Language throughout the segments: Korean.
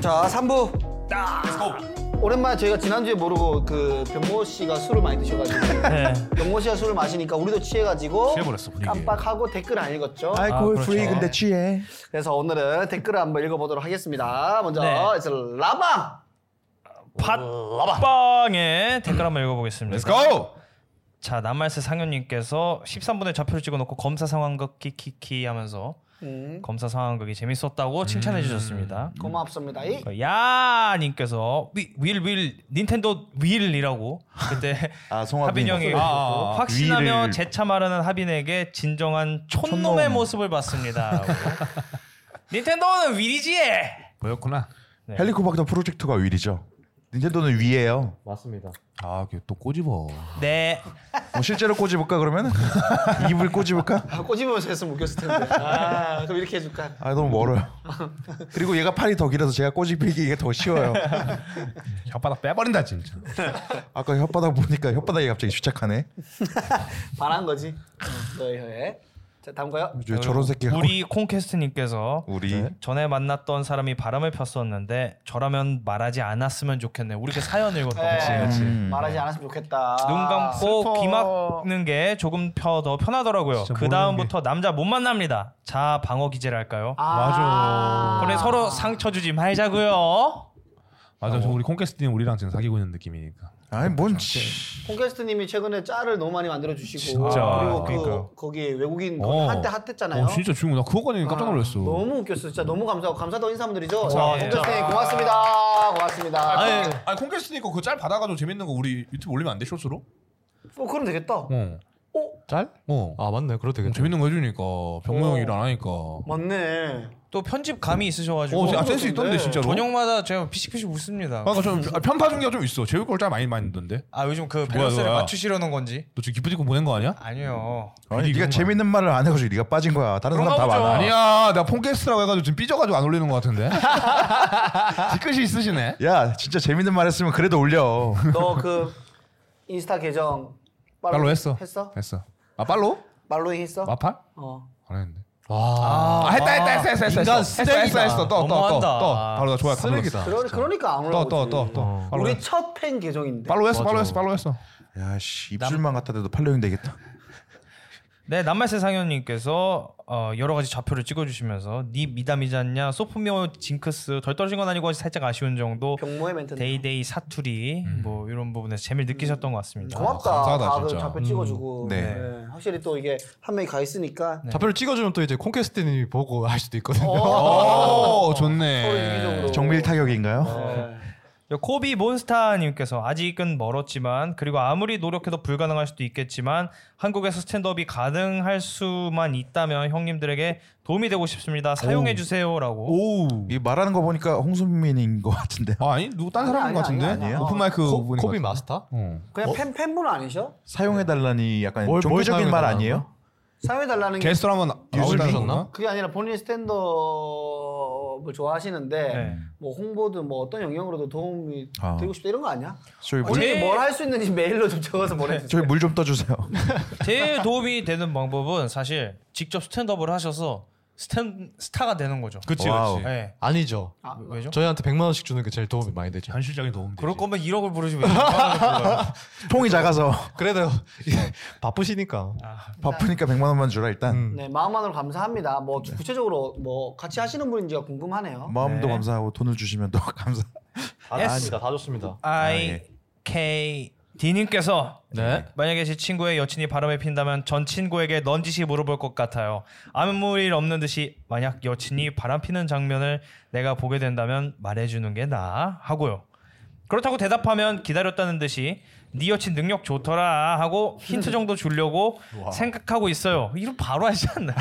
자, 3부. 오랜만에 저희가 지난주에 모르고 그 병모 씨가 술을 많이 드셔가지고 네. 병모 씨가 술을 마시니까 우리도 취해가지고 취해버렸어, 분위기. 깜빡하고 댓글 안 읽었죠. 알코올 아, 그렇죠. 프리 네. 근데 취해. 그래서 오늘은 댓글을 한번 읽어보도록 하겠습니다. 먼저 네. it's 라방 팟빵에 댓글 한번 읽어보겠습니다. Let's go. 자 남말세 상현님께서 13분의 좌표를 찍어놓고 검사 상황극 키키키 하면서 음. 검사 상황극이 음. 재밌었다고 칭찬해 주셨습니다. 고맙습니다. 이 야 님께서 윌윌 윌, 닌텐도 윌이라고 그때 아, 하빈 송하빈. 형이 아, 아, 아. 확신하며 윌을. 재차 말하는 하빈에게 진정한 촌놈의 모습을 봤습니다. 닌텐도는 윌이지. 보였구나. 네. 헬리코박터 프로젝트가 윌이죠. 닌텐도는 위에요. 맞습니다. 아, 걔또 꼬집어. 네. 뭐 실제로 꼬집을까 그러면? 입을 꼬집을까? 아, 꼬집으면서 했으면 웃겼을 텐데. 아, 그럼 이렇게 해줄까? 아 너무 멀어요. 그리고 얘가 팔이 더 길어서 제가 꼬집히기가 더 쉬워요. 혓바닥 빼버린다 진짜. 아까 혓바닥 보니까 혓바닥이 갑자기 주착하네. 반한 거지. 어, 너의 혀에. 자 다음가요. 어, 왜 저런 새끼가 우리 콩캐스트님께서 우리 네. 전에 만났던 사람이 바람을 폈었는데 저라면 말하지 않았으면 좋겠네. 우리가 사연 읽었던 거지. 음. 네, 아, 그치. 말하지 않았으면 좋겠다. 눈 감고 슬퍼. 귀 막는 게 조금 펴- 더 편하더라고요. 진짜 그 다음부터 남자 못 만납니다. 자 방어 기제랄까요? 아~ 그래 서로 상처 주지 말자고요. 맞아, 저 우리 콩캐스트님 우리랑 지금 사귀고 있는 느낌이니까. 아니 네. 뭔 씨. 콘캐스트님이 최근에 짤을 너무 많이 만들어 주시고 진짜. 아, 그리고 그 그러니까요. 거기 외국인 그거 어. 한때 핫했잖아요. 어, 진짜 주문. 나 그거까지 깜짝 놀랐어. 아, 너무 웃겼어. 진짜 너무 감사하고 감사도 인사분들이죠. 감사합니다. 콘캐스트님 고맙습니다. 고맙습니다. 아니, 아니 콩캐스트님 거 그거 짤 받아가지고 재밌는 거 우리 유튜브 올리면 안 돼? 쇼츠로? 어 그럼 되겠다. 어. 어 짤? 어. 아 맞네. 그래도 되겠다. 재밌는 거 해주니까 병모 어. 형이 일 안 하니까. 어, 맞네. 또 편집 감이 어, 있으셔가지고 아, 센스 있던데 진짜로. 저녁마다 제가 피식피식 웃습니다. 아까 좀 아, 편파 중계가 좀 있어. 제육 걸짤 많이 많이 던데. 아 요즘 그 뭐야, 밸런스를 뭐야. 맞추시려는 건지 너 지금 기프티콘 보낸 거 아니야? 아니요. 아니 이게 네가 정말. 재밌는 말을 안 해가지고 네가 빠진 거야. 다른 사람 다 그런가 보죠. 많아. 아니야, 나 폰캐스트라고 해가지고 지금 삐져가지고 안 올리는 것 같은데. 뒤끝이 있으시네. 야 진짜 재밌는 말 했으면 그래도 올려. 너 그 인스타 계정 팔로우 빨로 했어. 했어? 했어. 아 빨로? 말로잉 했어? 마팔? 어. 안 했는데. 와. 아 했다 했다 했어 했어 했어 인간 했어 쓰레기다. 했어 했어 또또 또 또 너무한다. 바로 나 좋아 쓰레기다. 그러, 그러니까 안 올라오지. 또또또또 바로 우리 했어 첫 팬 계정인데. 바로 했어 바로 했어 바로 했어 야씨 입술만 같아도 팔로잉 되겠다. 네, 남말세 상현님께서 어, 여러 가지 좌표를 찍어주시면서 니 미담이잖냐, 소프미오 징크스 덜 떨어진 건 아니고 살짝 아쉬운 정도, 병모의 멘트. 데이데이 사투리 뭐 이런 부분에서 재미를 느끼셨던 것 같습니다. 고맙다. 아, 감사하다, 다 그 진짜. 음. 좌표 찍어주고. 네. 네. 확실히 또 이게 한 명이 가 있으니까. 네. 좌표를 네. 찍어주면 또 이제 콘캐스트님이 보고 할 수도 있거든요. 어. 오 서로 어, 좋네 유기적으로. 어. 정밀 타격인가요? 네. 코비 몬스타님께서 아직은 멀었지만 그리고 아무리 노력해도 불가능할 수도 있겠지만 한국에서 스탠드업이 가능할 수만 있다면 형님들에게 도움이 되고 싶습니다. 사용해 주세요라고. 오아 이 말하는 거 보니까 홍수민인 것 같은데. 아니 누구 딴 아니, 사람인 것 아니, 아니, 같은데 아니에요. 오픈 마이크 코, 분인 것 코비 같은데. 마스터? 어. 그냥 팬 팬분 아니셔? 네. 사용해달라니 약간 뭘- 뭘 종교적인 말 사용해달라는 아니에요? 사회 달라는 게 게스트로 한번 예. 유즈미? 나오셨나 그게 아니라 본인 스탠드업을 좋아하시는데 네. 뭐 홍보든 뭐 어떤 영역으로도 도움이 아. 되고 싶다 이런 거 아니야? 저희 물, 본인이 제- 뭘 할 수 있는지 메일로 좀 적어서 보내주세요. 저희 물 좀 떠주세요. 제일 도움이 되는 방법은 사실 직접 스탠드업을 하셔서 스탠 스타가 되는 거죠. 그치 와우. 그치 네. 예. 아니죠. 아, 왜죠? 저희한테 100만 원씩 주는 게 제일 도움이 많이 되죠. 네, 현실적인 도움 그럴 거면 1억을 부르지 왜 6만 원을 불러요? 아, 통이 작아서 그래도 바쁘시니까. 아, 바쁘니까 100만 원만 주라 일단. 음. 네 마음만으로 감사합니다. 뭐 구체적으로 뭐 같이 하시는 분인지가 궁금하네요. 마음도 네. 감사하고 돈을 주시면 더 감사. 아, 다 S. 좋습니다. 다 좋습니다. I K D 님께서 네. 만약에 제 친구의 여친이 바람에 핀다면 전 친구에게 넌지시 물어볼 것 같아요. 아무 일 없는 듯이 만약 여친이 바람 피는 장면을 내가 보게 된다면 말해주는 게 나아 하고요. 그렇다고 대답하면 기다렸다는 듯이 네 여친 능력 좋더라 하고 힌트 정도 주려고 생각하고 있어요. 이거 바로 하지 않나?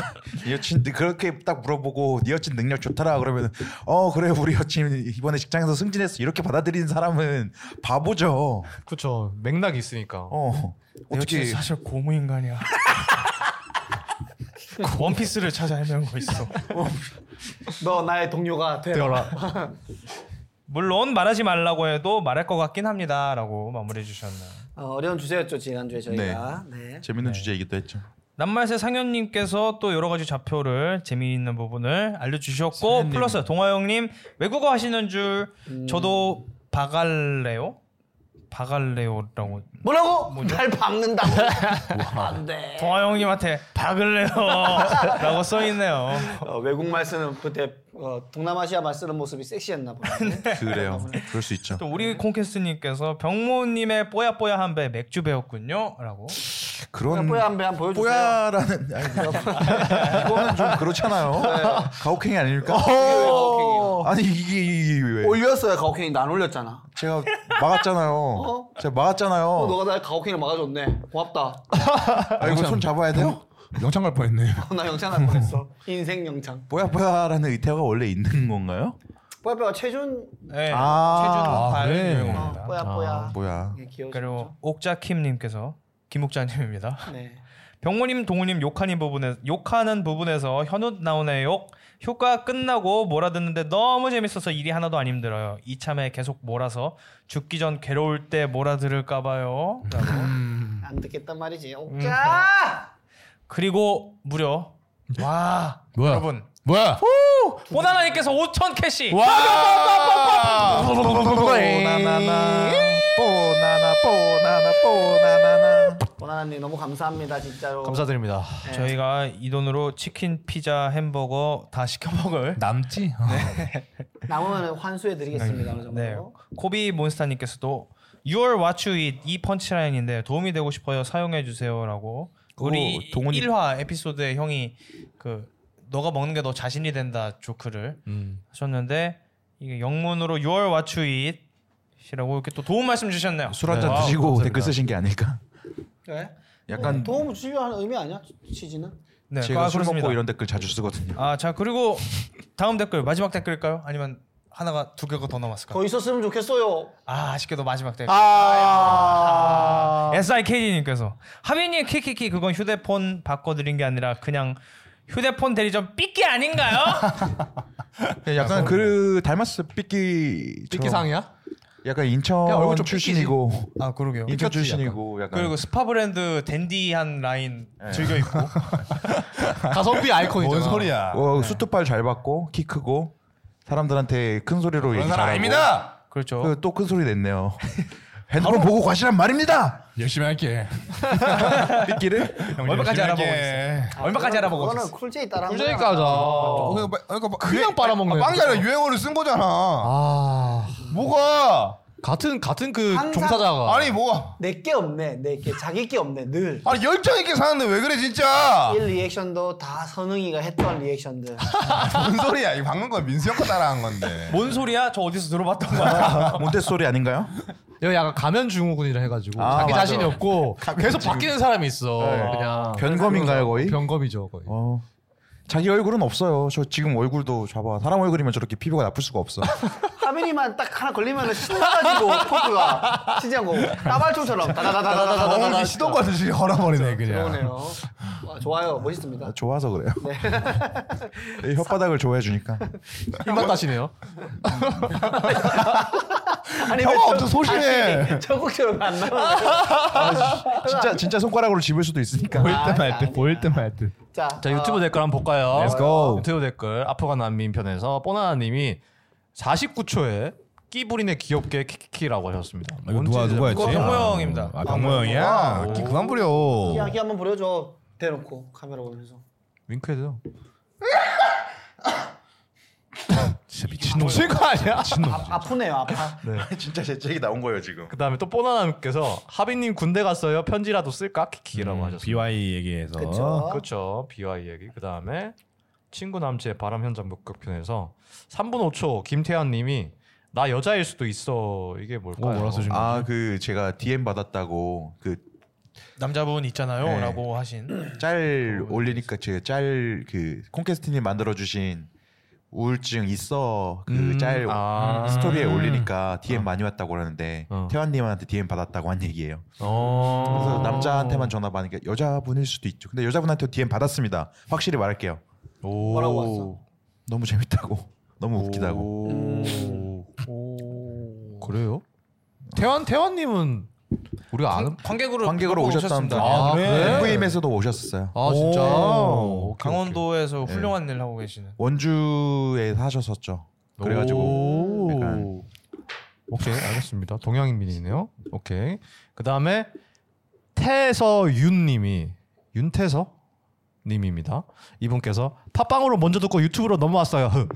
네 여친 그렇게 딱 물어보고 네 여친 능력 좋더라 그러면 어 그래 우리 여친 이번에 직장에서 승진했어 이렇게 받아들이는 사람은 바보죠. 그렇죠. 맥락이 있으니까. 어 어떻게 어떻게 사실 고무 인간이야. 원피스를 찾아 헤매고 있어. 너 나의 동료가 되라. 물론 말하지 말라고 해도 말할 것 같긴 합니다라고 마무리해 주셨네요. 어, 어려운 주제였죠 지난주에 저희가. 네. 재밌는 주제이기도 했죠. 남말세 상현님께서 또 여러 가지 좌표를 재미있는 부분을 알려주셨고 상현님. 플러스 동아영님 외국어 하시는 줄 저도 바갈레오 바갈레오라고 뭐라고? 날 박는다고? 안돼 동아영님한테 바글레오라고 써있네요. 어, 외국 말 쓰는 그때 어, 동남아시아 말 쓰는 모습이 섹시했나 보네 그래요. 그럴 수 있죠. 또 우리 콩캐스님께서 병모님의 뽀야뽀야 한 배 맥주 배웠군요라고. 그런 뽀야 한배한 보여주세요 네. 뽀야라는 아니, 이거는 좀 그렇잖아요. 가혹행위 아닙니까? 가혹행위예요. 아니 이게, 이게 네. 왜? 올렸어요 가오킹이 난 올렸잖아 제가 막았잖아요. 제가 막았잖아요. 어, 너가 날 가오킹을 막아줬네 고맙다 아 이거 손 잡아야 돼요? 어? 영창 갈 뻔했네. 나 영창 할 뻔했어 인생 영창 뽀야 뽀야라는 의태어가 원래 있는 건가요? 뽀야뽀야 최준 네, 아, 최준 그래. 발명입니다. 그렇죠. 어, 뽀야뽀야 뭐야? 예, 귀여워 네. 아. 그리고 옥자킴님께서 김옥자님입니다. 네. 병모님, 동우님 욕하는 부분에 욕하는 부분에서 현우 나오네 욕. 효과 끝나고 몰아듣는데 너무 재밌어서 일이 하나도 안 힘들어요. 이참에 계속 몰아서 죽기 전 괴로울 때 몰아들을까 봐요. 라고. 음. 안 듣겠단 말이지 옥자 그리고 무려 와 뭐야? 여러분 뭐야? 보나나님께서 5천 캐시. 와! 뽀나나나 뽀나나 뽀나나 뽀나나나 보나나님 너무 감사합니다 진짜로 감사드립니다. 네. 음. 저희가 이 돈으로 치킨, 피자, 햄버거 다 시켜 먹을 남지? 어. 남으면 환수해드리겠습니다 어느 정도 네. 코비 몬스타님께서도 6월 What You Eat 이 펀치라인인데 도움이 되고 싶어요 사용해 주세요라고 우리 오, 동훈이- 1화 에피소드에 형이 그 너가 먹는 게 너 자신이 된다 조크를 음. 하셨는데 이게 영문으로 6월 What You Eat 이라고 이렇게 또 도움 말씀 주셨네요. 술 한잔 와우, 드시고 감사합니다. 댓글 쓰신 게 아닐까? 네. 약간 도움 주려 하는 의미 아니야 치즈는 네, 제가 아, 술 그렇습니다. 먹고 이런 댓글 자주 쓰거든요. 아, 자 그리고 다음 댓글 마지막 댓글일까요? 아니면 하나가 두 개가 더 남았을까요? 더 있었으면 좋겠어요 아, 아쉽게도 마지막 댓글. 아 SIK님께서 하빈이의 키키키 그건 휴대폰 바꿔드린 게 아니라 그냥 휴대폰 대리점 삐끼 아닌가요? 네, 약간 그 닮았어 삐끼 삐끼상이야? 약간 그냥 얼굴 인천 좀 출신이고 아 그러게요. 인천 삐끗이 출신이고 약간 그리고 스파 브랜드 댄디한 라인 즐겨 입고 가성비 아이콘이잖아. 뭔 소리야? 어, 수트발 잘 받고 키 크고 사람들한테 큰 소리로 그런 얘기 사람 잘하고 아닙니다. 그렇죠. 또 큰 소리 냈네요. 핸드폰 보고 과시란 말입니다. 열심히 할게. 삐끼를 형, 얼마까지 열심히 알아보고 할게. 얼마까지 알아보고 그거는 오셨어요? 쿨제이 따라 한 거야. 꿀잼 가자. 어, 그냥 빠- 그러니까 빠- 그냥 유행- 빨아먹네. 아, 빵이 아니라 유행어를 쓴 거잖아. 아 뭐가? 같은 같은 그 항상- 종사자가 아니 뭐가? 내게 없네 내게 자기 게 없네 늘 아니 열정 있게 사는데 왜 그래 아. 진짜? 1 리액션도 다 선웅이가 했던 리액션들 뭔 소리야? 이 방금 건 민수 형거 따라한 건데. 뭔 소리야? 저 어디서 들어봤던 거야? 아, 몬테소리 아닌가요? 여기 약간 가면 증후군이라 해가지고 아, 자기 맞아. 자신이 없고 계속 바뀌는 사람이 있어. 네. 그냥 변검인가요 거의? 병검이죠 거의. 어. 자기 얼굴은 없어요. 저 지금 얼굴도 잡아. 사람 얼굴이면 저렇게 피부가 나쁠 수가 없어. 하빈이만 딱 하나 걸리면 신나가지고 포크가 치지한 거고 따발총처럼 어, 다다다다다다다다 아. 시동 걸듯이 걸어버리네 그냥. 들어오네요 와, 좋아요 멋있습니다 좋아서 그래요. 이 혓바닥을 좋아해 주니까. 입맛 다시네요. 아니 어, 형아, 왜 저- 엄청 소심해. 아니, 저국처럼 안 나와 진짜 진짜 손가락으로 집을 수도 있으니까. 말 듯, 보일 듯말 듯. 자, 자 유튜브 어, 댓글 한번 볼까요? Let's go. 유튜브 댓글 아프간 난민 편에서 뽀나나님이 49초에 끼부리네 귀엽게 키키키라고 하셨습니다. 아, 이거 누가 누가였지? 그거 병모 형입니다. 아 병모 형이야. 기 그만 부려. 이야기 한번 보여줘 대놓고 카메라 보면서 윙크해도 진짜 미친놈. 친거 아니야? 미친놈. 아, 프네요 아파 어. 진짜 제 책이 나온 거예요 지금. 그 다음에 또 뽀나나님께서 하빈님 군대 갔어요 편지라도 쓸까 키키라고 하셨습니다. BY 얘기해서. 그쵸 그렇죠. BY 얘기. 그다음에 친구 남친의 바람 현장 목격편에서 3분 5초 김태현 님이 나 여자일 수도 있어. 이게 뭘까요? 뭐 뭐라 써준 거야? 아 그 제가 DM 받았다고 그 남자분 네. 있잖아요라고 하신 그 짤 올리니까 제가 짤그 콘캐스트님 만들어 주신 우울증 있어 그 음, 짤 아. 스토리에 음. 올리니까 DM 많이 왔다고 그러는데 어. 태환님한테 DM 받았다고 한 얘기예요. 어. 그래서 남자한테만 전화 받으니까 여자분일 수도 있죠. 근데 여자분한테 DM 받았습니다. 확실히 말할게요. 오. 뭐라고 아, 왔어? 너무 재밌다고, 너무 웃기다고. 음. 오. 그래요? 태환 태환 님은 우리가 아는 관객으로 관객으로 오셨답니다. 아, 그래? FM에서도 오셨었어요. 아 진짜. 오. 오케이, 오케이. 강원도에서 훌륭한 일을 하고 계시는 원주에 사셨었죠. 그래가지고 오. 약간 오케이 알겠습니다. 동양인민이네요. 오케이. 그 다음에 태서윤님이 윤태서 님입니다. 이분께서 팟빵으로 먼저 듣고 유튜브로 넘어왔어요. 흐.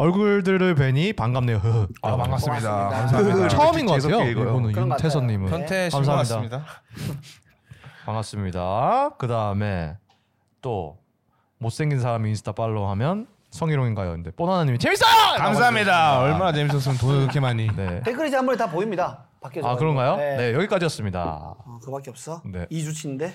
얼굴들을 뵈니 반갑네요. 흐. 아, 반갑습니다. 그 감사합니다. 처음인 것 재수없게 같아요. 읽어요. 이분은 그런 것 같아요. 네. 윤태선님은 변태신 것 감사합니다. 같습니다. 반갑습니다. 그 다음에 또 못생긴 사람이 인스타 팔로우하면 성희롱인가요? 근데 뽀나나님이 재밌어요. 라고 감사합니다. 해주셨습니다. 얼마나 재밌었으면 돈을 그렇게 많이. 네. 댓글이 한번에 다 보입니다. 바뀌어. 아 그런가요? 네, 여기까지였습니다. 어, 그밖에 없어. 네. 이주치인데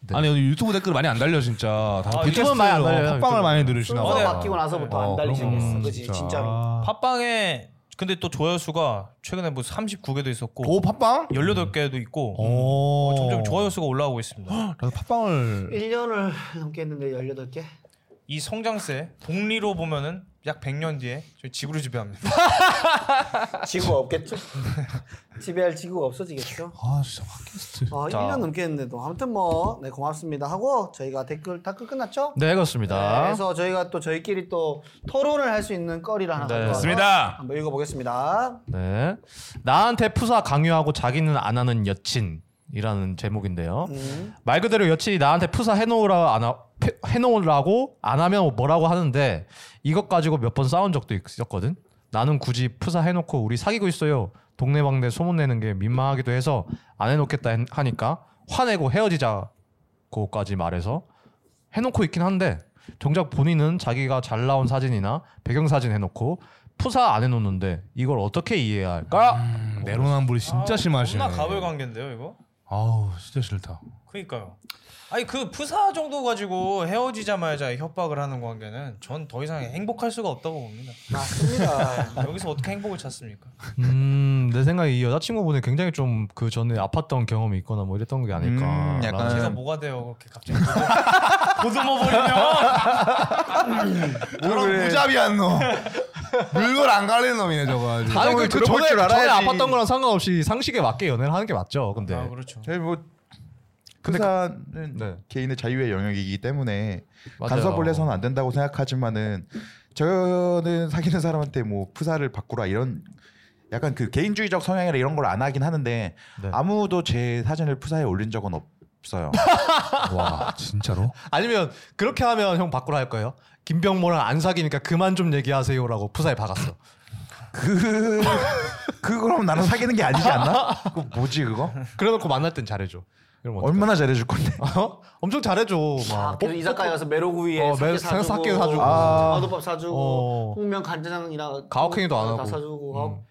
네. 아니 오늘 유튜브 댓글 많이 안 달려 진짜. 다 아, 유튜브는 많이 안 달려요, 팟빵을 유튜브는. 많이 들으시나 순서 어, 네. 봐. 바뀌고 나서부터 안 달리시고 있어. 그지 진짜로. 팟빵에 근데 또 조회수가 최근에 뭐 39개도 있었고 오 팟빵? 18개도 있고 오. 점점 조회수가 올라오고 있습니다. 나도 팟빵을 1년을 넘게 했는데 18개? 이 성장세 복리로 보면은 약 100년 뒤에 저희 지구를 지배합니다. 지구가 없겠죠? 지배할 지구가 없어지겠죠? 아 진짜 팟캐스트. 아, 1년 넘게 했는데도 아무튼 뭐 네, 고맙습니다 하고 저희가 댓글 다 끝났죠? 네 그렇습니다. 네, 그래서 저희가 또 저희끼리 또 토론을 할 수 있는 거리를 하나 네. 가져와서 맞습니다. 한번 읽어보겠습니다. 네. 나한테 푸사 강요하고 자기는 안 하는 여친이라는 제목인데요. 음. 말 그대로 여친이 나한테 푸사 해놓으라 안 하, 페- 해놓으라고 안 하면 뭐라고 하는데 이것 가지고 몇 번 싸운 적도 있었거든. 나는 굳이 푸사 해놓고 우리 사귀고 있어요. 동네방네 소문내는 게 민망하기도 해서 안 해놓겠다 hen- 하니까 화내고 헤어지자고까지 말해서 해놓고 있긴 한데 정작 본인은 자기가 잘 나온 사진이나 배경사진 해놓고 푸사 안 해놓는데 이걸 어떻게 이해해야 할까? 음, 내로남불이 진짜 심하시네. 존나 아, 가벌 관계인데요, 이거? 아우 진짜 싫다. 그니까요. 아니 그 프사 정도 가지고 헤어지자마자 협박을 하는 관계는 전 더 이상 행복할 수가 없다고 봅니다. 맞습니다. 여기서 어떻게 행복을 찾습니까? 음, 내 생각에 이 여자친구분이 굉장히 좀 그 전에 아팠던 경험이 있거나 뭐 이랬던 게 아닐까. 음, 약간 제가 뭐가 돼요 그렇게 갑자기 보듬어 버리면 저런 무잡이한 놈. 물건 안 가리는 놈이네 저거. 아주. 아니 그, 그 들어볼 전에 줄 전에 알아야지. 아팠던 거랑 상관없이 상식에 맞게 연애를 하는 게 맞죠. 근데 아 그렇죠. 저희 뭐 근데 근사는 네. 개인의 자유의 영역이기 때문에 맞아요. 간섭을 해서는 안 된다고 생각하지만은 저는 사귀는 사람한테 뭐 프사를 바꾸라 이런 약간 그 개인주의적 성향이라 이런 걸 안 하긴 하는데 네. 아무도 제 사진을 프사에 올린 적은 없어요. 와 진짜로? 아니면 그렇게 하면 형 바꾸라 할 거예요. 김병모랑 안 사귀니까 그만 좀 얘기하세요라고 푸사에 박았어. 그 그럼 나랑 사귀는 게 아니지 않나? 그 뭐지 그거? 그래놓고 만날 땐 잘해줘. 이러면 어떡해? 얼마나 잘해줄 건데? 어? 엄청 잘해줘. 아, 막. 그래서 이사카에 가서 메로구이에 어, 사 메로- 삭 사주고, 어, 삭개 사주고. 아. 마두밥 사주고, 어. 홍명 간장이랑 가혹행위도 안 다 하고. 사주고 하고.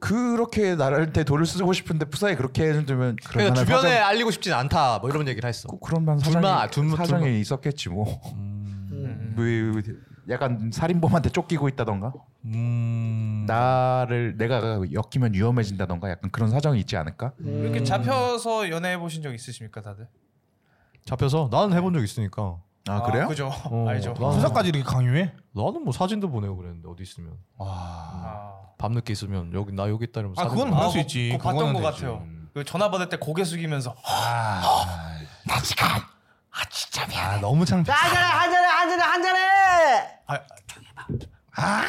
그렇게 나한테 돈을 쓰고 싶은데 프사에 그렇게 해주면 그러니까 만한 주변에 알리고 싶진 않다. 뭐 이런 얘기를 했어. 꼭 그런 반 둘만, 사정이, 둘만, 사정이 둘만. 있었겠지 뭐. 음. 왜- 왜- 약간 살인범한테 쫓기고 있다던가 음. 나를 내가 엮이면 위험해진다던가 약간 그런 사정이 있지 않을까? 음. 음. 이렇게 음. 잡혀서 연애해 보신 적 있으십니까 다들? 잡혀서 나는 해본 적 있으니까. 아 그래요? 그죠. 어, 알죠. 나는- 부사까지 이렇게 강요해? 나는 뭐 사진도 보내고 그랬는데 어디 있으면 아, 밤 늦게 있으면 여기 나 여기 있다 이러면서 아, 사진 그건 보내. 할수 그거- 있지. 그거 봤던 것 그거는 되지. 같아요. 그 전화 받을 때 고개 숙이면서 아 너무 창피. 한 잔해, 한 잔해, 한 잔해, 한 잔해! 아,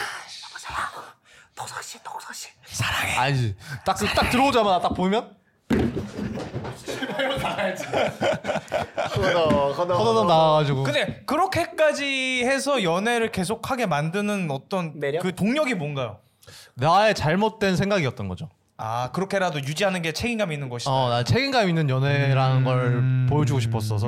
독서실, 독서실. 네. 아니지 딱, 그- 딱 들어오자마자 딱 보면 커더, 커더. 허더덕 나와가지고 근데 그렇게까지 해서 연애를 계속하게 만드는 어떤 매력? 그 동력이 뭔가요? 나의 잘못된 생각이었던 거죠 아 그렇게라도 유지하는 게 책임감 있는 것이다. 어나 책임감 있는 연애라는 음. 걸 보여주고 싶었어서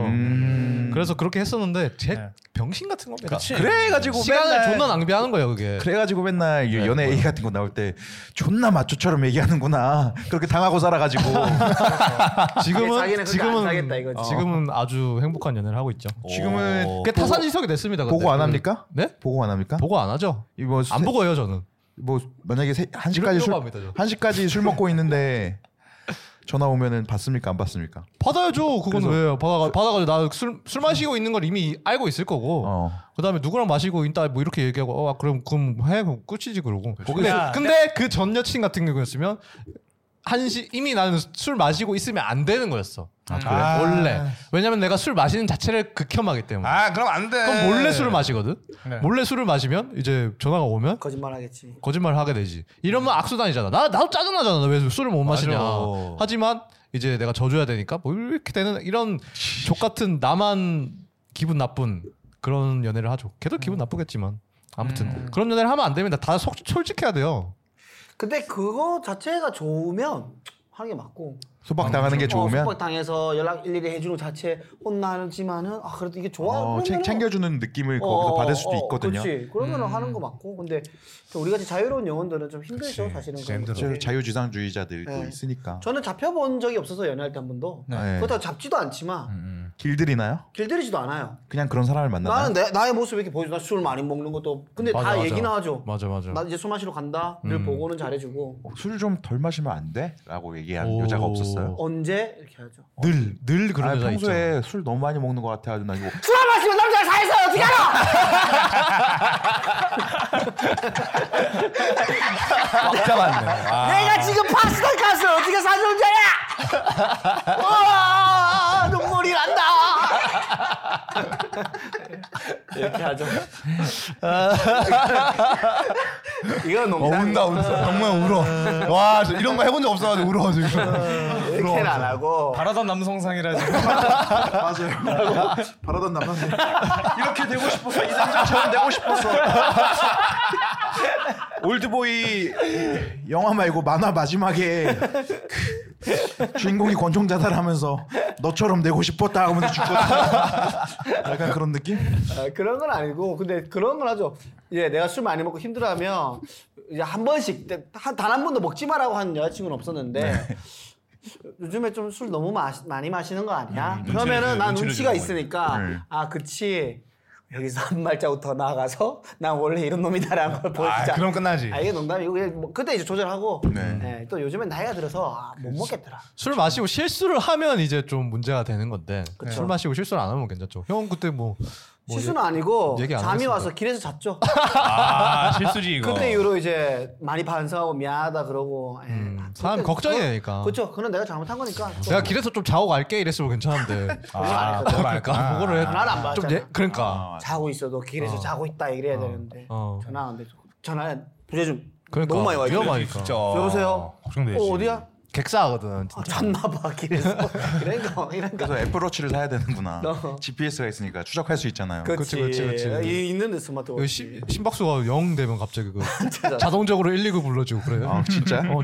그래서 그렇게 했었는데 제 네. 병신 같은 겁니다 그치. 그래가지고 시간을 맨날 존나 낭비하는 거예요 그게 그래가지고 맨날 이 연애 얘기 같은 거 나올 때 존나 마초처럼 얘기하는구나 그렇게 당하고 살아가지고 자기는 지금은 그거 안 사겠다, 지금은 이거지. 지금은 아주 행복한 연애를 하고 있죠 지금은 그게 보고- 타산지석이 됐습니다 근데. 보고 안 합니까? 네. 네? 보고 안 합니까? 보고 안 하죠 이거 안 세- 보고 해요 저는 뭐 만약에 세, 한 시까지 술 합니다, 저. 한 시까지 술 먹고 있는데 전화 오면은 받습니까 안 받습니까? 받아야죠. 그건 왜요? 받아가 받아가지고 나술술 마시고 있는 걸 이미 알고 있을 거고. 어. 그다음에 누구랑 마시고 있다 뭐 이렇게 얘기하고 어 아, 그럼 그럼 해 그럼 끝이지 그러고. 근데 야. 근데 그 전 여친 같은 경우였으면 한시 이미 나는 술 마시고 있으면 안 되는 거였어. 그래? 아. 원래 왜냐면 내가 술 마시는 자체를 극혐하기 때문에. 아 그럼 안 돼. 그럼 몰래 술을 마시거든. 네. 몰래 술을 마시면 이제 전화가 오면 거짓말하겠지. 거짓말을 하게 되지. 이러면 음. 악수단이잖아. 나 나도 짜증나잖아. 나 왜 술을 못 마시냐. 맞아. 하지만 이제 내가 져줘야 되니까 뭐 이렇게 되는 이런 족 같은 나만 기분 나쁜 그런 연애를 하죠. 걔도 음. 기분 나쁘겠지만 아무튼 그런 연애를 하면 안 됩니다. 다 속, 솔직해야 돼요. 근데 그거 자체가 좋으면 하는 게 맞고. 소박 당하는 게 어, 좋으면 숙박당해서 연락 일일이 해주는 자체 혼나지만은 아 그래도 이게 좋아. 어, 그러면은- 챙- 챙겨주는 느낌을 어, 거기서 어, 받을 수도 어, 있거든요. 음. 그렇지. 그러면 은 하는 거 맞고. 근데 또 우리 같이 자유로운 영혼들은 좀 힘들죠 그치. 사실은. 진짜 그런 것들이. 실제로 자유지상주의자들도 네. 그렇죠. 있으니까. 저는 잡혀본 적이 없어서 연애할 때 한 번도. 네. 그렇다고 잡지도 않지만 음, 음. 길들이나요? 길들이지도 않아요. 그냥 그런 사람을 만나나요? 나는 내, 나의 모습 이렇게 보여줘. 나술 많이 먹는 것도. 근데 맞아, 다 맞아. 얘기는 하죠. 맞아 맞아. 나 이제 술 마시러 간다. 늘 보고는 잘해주고 어, 술 좀 덜 마시면 안 돼? 라고 얘기한 오. 여자가 없었어요. 언제 이렇게 하죠. 늘, 늘 그런 아, 여자 있잖아. 평소에 술 너무 많이 먹는 것 같아가지고 뭐, 나 이거 술 안 마시면 남자를 사해서 어떻게 알아? 꽉 잡았네. 아. 내가 지금 파스타 값을 어떻게 사준 자야? 와 눈물이 난다. 이렇게 하죠. 이건 어, 운다 운다. 정말 울어. 와 저 이런 거 해본 적 없어가지고 울어 지금. 아, 이렇게는 안 하고 바라던 남성상이라 지금 맞아요. 바라던 남한테 이렇게 되고 싶어서 이 남자처럼 되고 싶어서 올드보이 영화 말고 만화 마지막에 그 주인공이 권총자살하면서 너처럼 되고 싶었다 하면서 죽거든. 약간 그런 느낌? 아, 그런 건 아니고 근데 그런 건 하죠. 예, 내가 술 많이 먹고 힘들어하면 이제 한 번씩 단 한 번도 먹지 마라고 하는 여자친구는 없었는데 네. 요즘에 좀 술 너무 마시, 많이 마시는 거 음, 아니야? 그러면은 난 눈치가 있으니까 네. 아 그치 여기서 한 말자국 더 나아가서 난 원래 이런 놈이다라는 걸 보여주자. 그럼 끝나지. 아, 이게 농담이고 그냥 뭐 그때 이제 조절하고 네. 예, 또 요즘엔 나이가 들어서 아, 못 먹겠더라. 술 마시고 실수를 하면 이제 좀 문제가 되는 건데 그쵸. 술 마시고 실수를 안 하면 괜찮죠. 형 그때 뭐, 뭐 실수는 아니고 얘기 안 잠이 하겠습니다. 와서 길에서 잤죠. 아 실수지 이거. 그때 이후로 이제 많이 반성하고 미안하다 그러고 예. 음. 사람 그때 걱정이 그거- 되니까. 그렇죠 그건 내가 잘못한 거니까 또 내가 길에서 좀 자고 갈게 이랬으면 괜찮은데 아, 그걸 알까 그거를 해- 전화를 안 좀 받았잖아. 예- 그러니까 아, 자고 있어도 길에서 자고 있다 이래야 되는데 어. 전화 안 되죠 전화 부재 좀 그러니까 너무 많이 와요 위험하니까 여보세요 걱정되지. 어, 어디야 객사하거든 아, 진짜 잤나 봐 길에서 이런 거 이런 거 그래서 애플워치를 사야 되는구나. 어. GPS가 있으니까 추적할 수 있잖아요. 그치, 그치, 그치. 이 있는데 스마트워치 이거 심- 심박수가 영 되면 갑자기 그 진짜. 자동적으로 119 불러주고 그래요 아, 진짜요? 어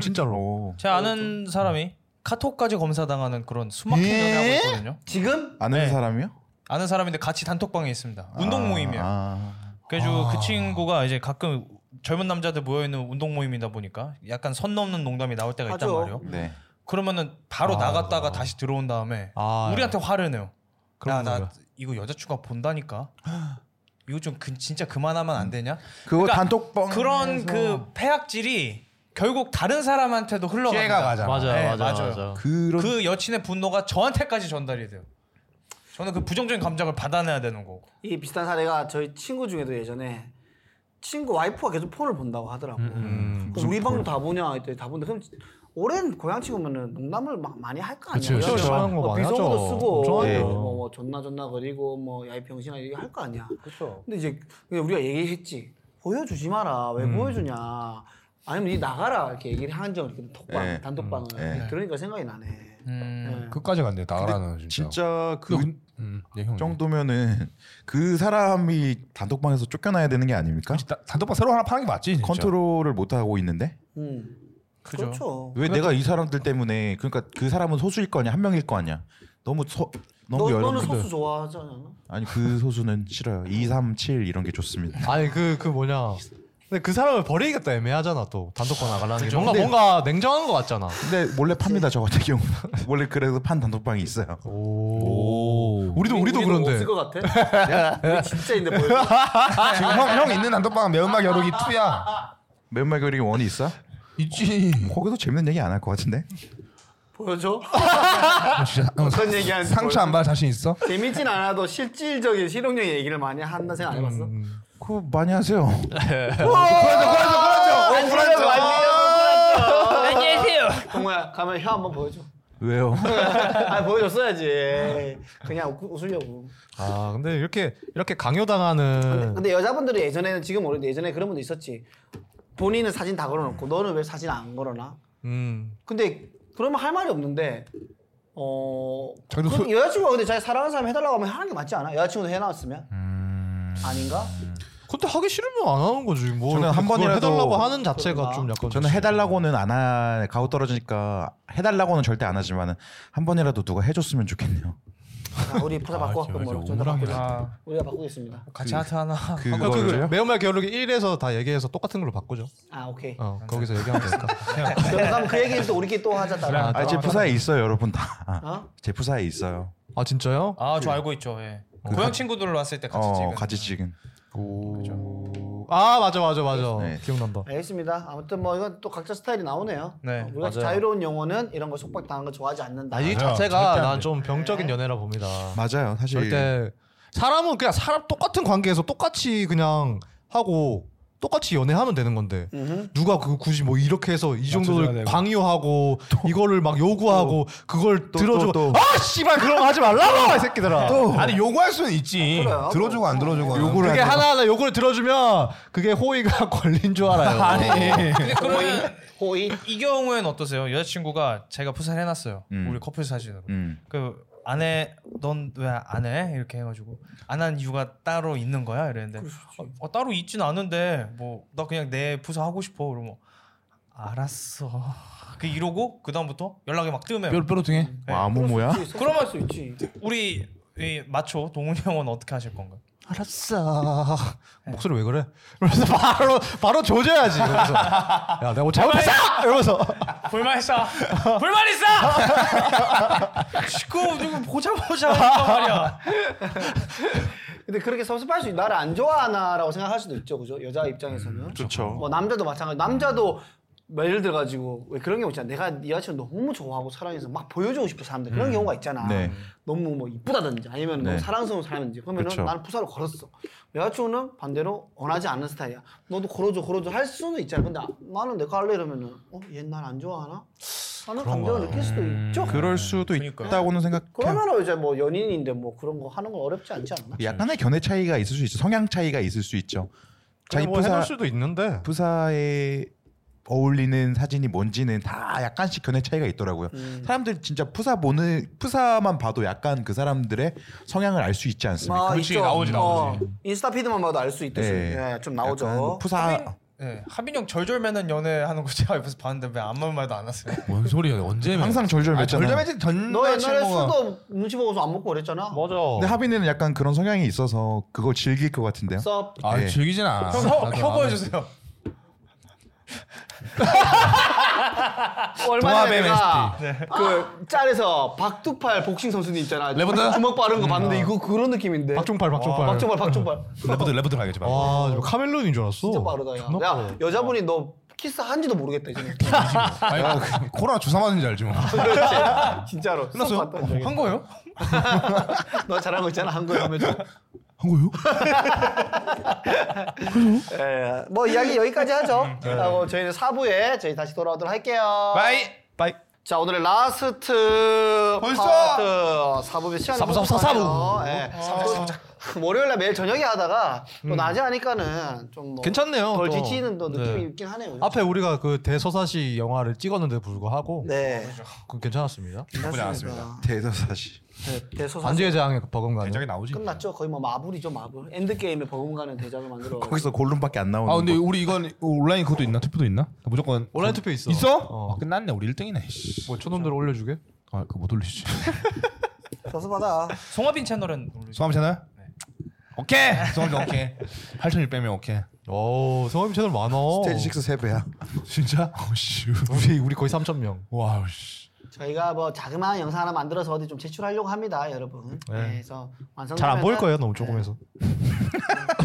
진짜로 제 아는 사람이 카톡까지 검사당하는 그런 숨막힌 예? 연애하고 있거든요. 지금 아는 네. 사람이요? 아는 사람인데 같이 단톡방에 있습니다. 운동 모임이에요. 아, 그래가지고 그 친구가 이제 가끔 젊은 남자들 모여있는 운동 모임이다 보니까 약간 선 넘는 농담이 나올 때가 있단 하죠. 말이에요. 네. 그러면은 바로 나갔다가 다시 들어온 다음에 아, 우리한테 화를 내요. 그런 야 나 거야. 이거 여자친구가 본다니까. 이거 좀 그- 진짜 그만하면 안 되냐? 그거 그러니까 뭐 단톡방 그런 그 폐악질이 결국 다른 사람한테도 흘러갑니다. 피해가 가잖아. 네, 맞아요. 그런 그 여친의 분노가 저한테까지 전달이 돼요. 저는 그 부정적인 감정을 받아내야 되는 거고. 이 비슷한 사례가 저희 친구 중에도 예전에 친구 와이프가 계속 폰을 본다고 하더라고. 음, 그럼 우리 방도 다 보냐 했더니 다 본데 그럼 오랜 고향 친구면은 농담을 막 많이 할 거 아니야. 그치, 이러면 그쵸. 뭐 많이 비속어도 하죠. 네. 쓰고 엄청 하죠. 뭐, 뭐 존나 존나 거리고 뭐 야이 병신아 이거 할 거 아니야. 그렇죠. 근데 이제 그냥 우리가 얘기했지. 보여주지 마라. 음. 왜 보여주냐. 아니면 니 나가라 이렇게 얘기를 한 적은 있거든. 톡방, 네. 단톡방은. 음, 네. 그러니까 생각이 나네. 음. 네. 끝까지 간대 나가라는 진짜. 진짜 그 음, 네, 형. 정도면은 그 사람이 단톡방에서 쫓겨나야 되는 게 아닙니까? 그렇죠. 다- 단톡방 새로 하나 파는 게 맞지 진짜. 컨트롤을 못 하고 있는데 음. 그죠. 그렇죠. 왜 내가 이 사람들 때문에 그러니까 그 사람은 소수일 거 아니야 한 명일 거 아니야 너무 소 너, 너무 여러 너는 분들 소수 좋아하잖아. 아니 그 소수는 싫어요 2, 3, 7 이런 게 좋습니다 아니 그 그 뭐냐 근데 그 사람을 버리기가 애매하잖아 또 단독방 나가라는 게 그죠. 뭔가 근데- 뭔가 냉정한 거 같잖아 근데 몰래 팝니다 저 같은 경우는 원래 그래서 판 단톡방이 있어요 오 우리도 우리도, 그런데 없을 것 같아. 우리 진짜인데 보여. 지금 형, 형 있는 단톡방은 매운맛 겨루기 2야. 맨말 그리기 원이 있어? 있지. 거기서 재밌는 얘기 안 할 것 같은데 보여줘? 아, 진짜. 형, 어떤 얘기하는지 상처 안 받아 자신 있어? 재밌진 않아도 실질적인 실용적인 얘기를 많이 한다 생각 안 해봤어? 그거 많이 하세요 어, 그렇죠, 그렇죠, 그렇죠. 안녕하세요. 안녕하세요. 동호야 가, 가면 혀 한번 보여줘. 왜요? 아 보여줬어야지. 그냥 웃, 웃으려고. 아 근데 이렇게 이렇게 강요당하는 근데 여자분들이 예전에는 지금 모르는데 예전에 그런 분도 있었지. 본인은 사진 다 걸어놓고 너는 왜 사진 안 걸어놔? 음 근데 그러면 할 말이 없는데 어 자기도 그 소- 여자친구가 근데 자기 사랑하는 사람 해달라고 하면 하는 게 맞지 않아? 여자친구도 해놨으면 아닌가? 근데 하기 싫으면 안 하는 거지 뭐 저는 근데 한 그걸 번이라도- 아, 해달라고 하는 자체가 그런가? 좀 약간 저는 해달라고는 안하 가고 떨어지니까 해달라고는 절대 안 하지만은 한 번이라도 누가 해줬으면 좋겠네요. 자, 우리 포사 바꿔. 그럼 뭐 저도 바꾸자. 아, 우리가 바꾸겠습니다. 같이 하트 하나. 그 아, 그거를요? 매운말 겨루기 1에서 다 얘기해서 똑같은 걸로 바꾸죠 아 오케이. 어 거기서 얘기하면 되니까 그럼 그 얘기는 또 우리끼리 또 하자 따라. 아, 제 프사에 있어요, 여러분 다. 어? 제 프사에 있어요. 아 진짜요? 아 저 알고 있죠. 예. 고향 친구들 왔을 때 같이 어, 찍은. 같이 찍은. 아 맞아 맞아 맞아 네. 기억난다 알겠습니다. 아무튼 뭐 이건 또 각자 스타일이 나오네요. 네, 어, 우리가 맞아요. 자유로운 영혼은 이런 거 속박당하는 거 좋아하지 않는다. 아, 이 자체가 난 좀 병적인 연애라 봅니다 맞아요, 사실. 절대 사람은 그냥 사람 똑같은 관계에서 똑같이 그냥 하고 똑같이 연애하면 되는 건데 누가 그 굳이 뭐 이렇게 해서 아, 이 맞춰줘야 정도를 되고. 광요하고 이거를 막 요구하고 그걸 들어주고 또, 또. 아 씨발 그럼 하지 말라고 이 새끼들아 아니 요구할 수는 있지. 들어주고 안 들어주고. 요구를 그게 하죠. 하나하나 요구를 들어주면 그게 호의가 걸린 줄 알아요 어. 아니 근데 그러면 호의. 이 경우에는 어떠세요? 여자친구가 제가 푸살 해놨어요. 음. 우리 커플 사진으로. 음. 그 안해 넌 왜 안 해? 이렇게 해가지고 안 한 이유가 따로 있는 거야? 이랬는데 어, 어, 따로 있진 않은데 뭐 나 그냥 내 부서 하고 싶어 그러면 알았어 그 이러고 그 다음부터 연락이 막 뜨면 뾰로 뾰로 등에. 아무 뭐야? 그러면 수 있지. 우리 이 마초 동훈이 형은 어떻게 하실 건가? 요 알았어 목소리 왜 그래? 그래서 바로 바로 조져야지 그래서 야 내가 뭐 잘못했어 이러면서 불만 있어 불만 있어 지금 지금 보자 보자 하니까 말이야 근데 그렇게 섭섭할 수 있. 나를 안 좋아하나라고 생각할 수도 있죠, 그죠? 여자 음, 입장에서는. 좋죠. 뭐 남자도 마찬가지. 남자도 뭐 예를 들어가지고 왜 그런 경우 있잖아. 내가 이 여자친구 너무 좋아하고 사랑해서 막 보여주고 싶어 사람들 그런 경우가 있잖아. 네. 너무 뭐 이쁘다든지 아니면 네. 그렇죠. 너무 사랑스러운 사람인지 그러면은 그쵸. 나는 부사로 걸었어. 여자친구는 반대로 원하지 않는 스타일이야. 너도 걸어줘 걸어줘 할 수는 있잖아. 근데 아, 나는 내가 할래 이러면은 어? 얘날안 좋아하나? 하는 감정을 느낄 수도 음. 있죠. 그럴 수도 있다고는 생각. 그러면은 이제 뭐 연인인데 뭐 그런 거 하는 건 어렵지 않지 않나? 약간의 견해 차이가 있을 수 있죠. 성향 차이가 있을 수 있죠. 자기 뭐 해놓을 프사 수도 있는데 부사에 어울리는 사진이 뭔지는 다 약간씩 견해 차이가 있더라고요. 음. 사람들 진짜 푸사 보는 푸사만 봐도 약간 그 사람들의 성향을 알 수 있지 않습니까? 아, 그렇지, 있죠. 나오지, 나오지. 어, 인스타 피드만 봐도 알 수 있듯이 네. 예, 좀 나오죠. 약간 푸사 예, 하빈이 형 절절매는 연애하는 거 제가 옆에서 봤는데 왜 아무 말도 안 하세요? 뭔 소리야? 언제? 항상 절절매잖아요. 절절매진 전. 너 옛날에 친구가- 술도 눈치 보고서 안 먹고 그랬잖아. 맞아 어. 근데 하빈이는 약간 그런 성향이 있어서 그걸 즐길 것 같은데요. 썹. 아 네. 즐기진 않아. 형, 혀, 나도 혀 안 해. 보여주세요. 얼마 도마뱀 전에 내가 네. 그 짤에서 박두팔 복싱 선수님 있잖아. 레버드? 주먹 빠른 거 봤는데 이거 그런 느낌인데. 박종팔 박종팔 박종발 박종발. 레버드 레버드 가야지 말. 와 이거 카멜론인 줄 알았어 진짜 빠르다 야. 존나 빠르다. 야 여자분이 너 키스 한지도 모르겠다 이제. 아니 그 코로나 주사 맞은 줄 알지 뭐. 그렇지. 진짜로. 끝났어요? 한 거예요? 너 잘한 거 있잖아 한 거에 하면서. 한거요? 예, 뭐 이야기 여기까지 하죠. 하고 저희는 4부에 저희 다시 돌아오도록 할게요. 음, 네. 바이. 자 오늘의 라스트 벌써? 파트 사부의 시간이 사부, 사부, 사부, 사부. 예. 또 월요일날 매일 저녁에 하다가 음. 또 낮에 하니까는 좀뭐 괜찮네요, 덜 또. 지치는 또 느낌이 네. 있긴 하네요. 그죠? 앞에 우리가 그 대서사시 영화를 찍었는데 불구하고 네. 그 괜찮았습니다 괜찮습니다. 대서사시. 네, 대소사 반지의 제왕의 버금가는 대장이 나오지. 끝났죠. 거의 뭐 마블이죠 마블. 엔드 게임에 버금가는 대작을 만들어. 거기서 골룸밖에 안 나오는. 아 근데 거. 우리 이건 온라인 그것도 있나? 투표도 있나? 무조건 온라인 투표 있어 있어? 어. 아, 끝났네 우리 1등이네. 씨. 뭐 촌놈들 올려주게 아 그거 못 올리지. 서서받아. 송하빈 채널은 모르죠. 송함 채널? 네. 오케이. 송함 채널 오케이. 8,000일 빼면 오케이. 오 성함 채널 많아 어. 스테이지 6 3배야. 진짜? 어씨. 우리 우리 거의 3,000명 와 씨. 저희가 뭐 자그마한 영상 하나 만들어서 어디 좀 제출하려고 합니다, 여러분. 네. 그래서 완성. 잘 안 보일 거예요 너무 조금해서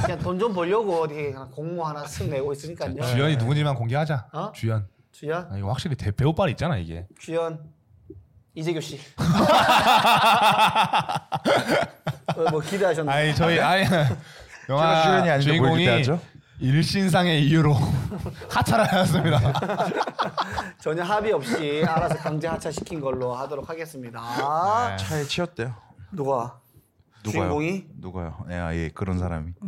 그냥 돈 좀 벌려고 어디 그냥 공모 하나 쓱 내고 있으니까요. 주연이 누군지만 공개하자. 어? 주연. 주연, 아, 이거 확실히 대, 배우빨 있잖아 이게. 주연, 이재규 씨. 어, 뭐 기대하셨나요? 어, 뭐 아니 저희 아니 영화 제가 주연이 아닌데 주인공이 뭘 기대하죠? 일신상의 이유로 하차를 하였습니다. 전혀 합의 없이 알아서 강제 하차시킨 걸로 하도록 하겠습니다. 네. 차에 치였대요. 누가? 누가요? 주인공이? 누가요? 예, 아, 예 그런 사람이.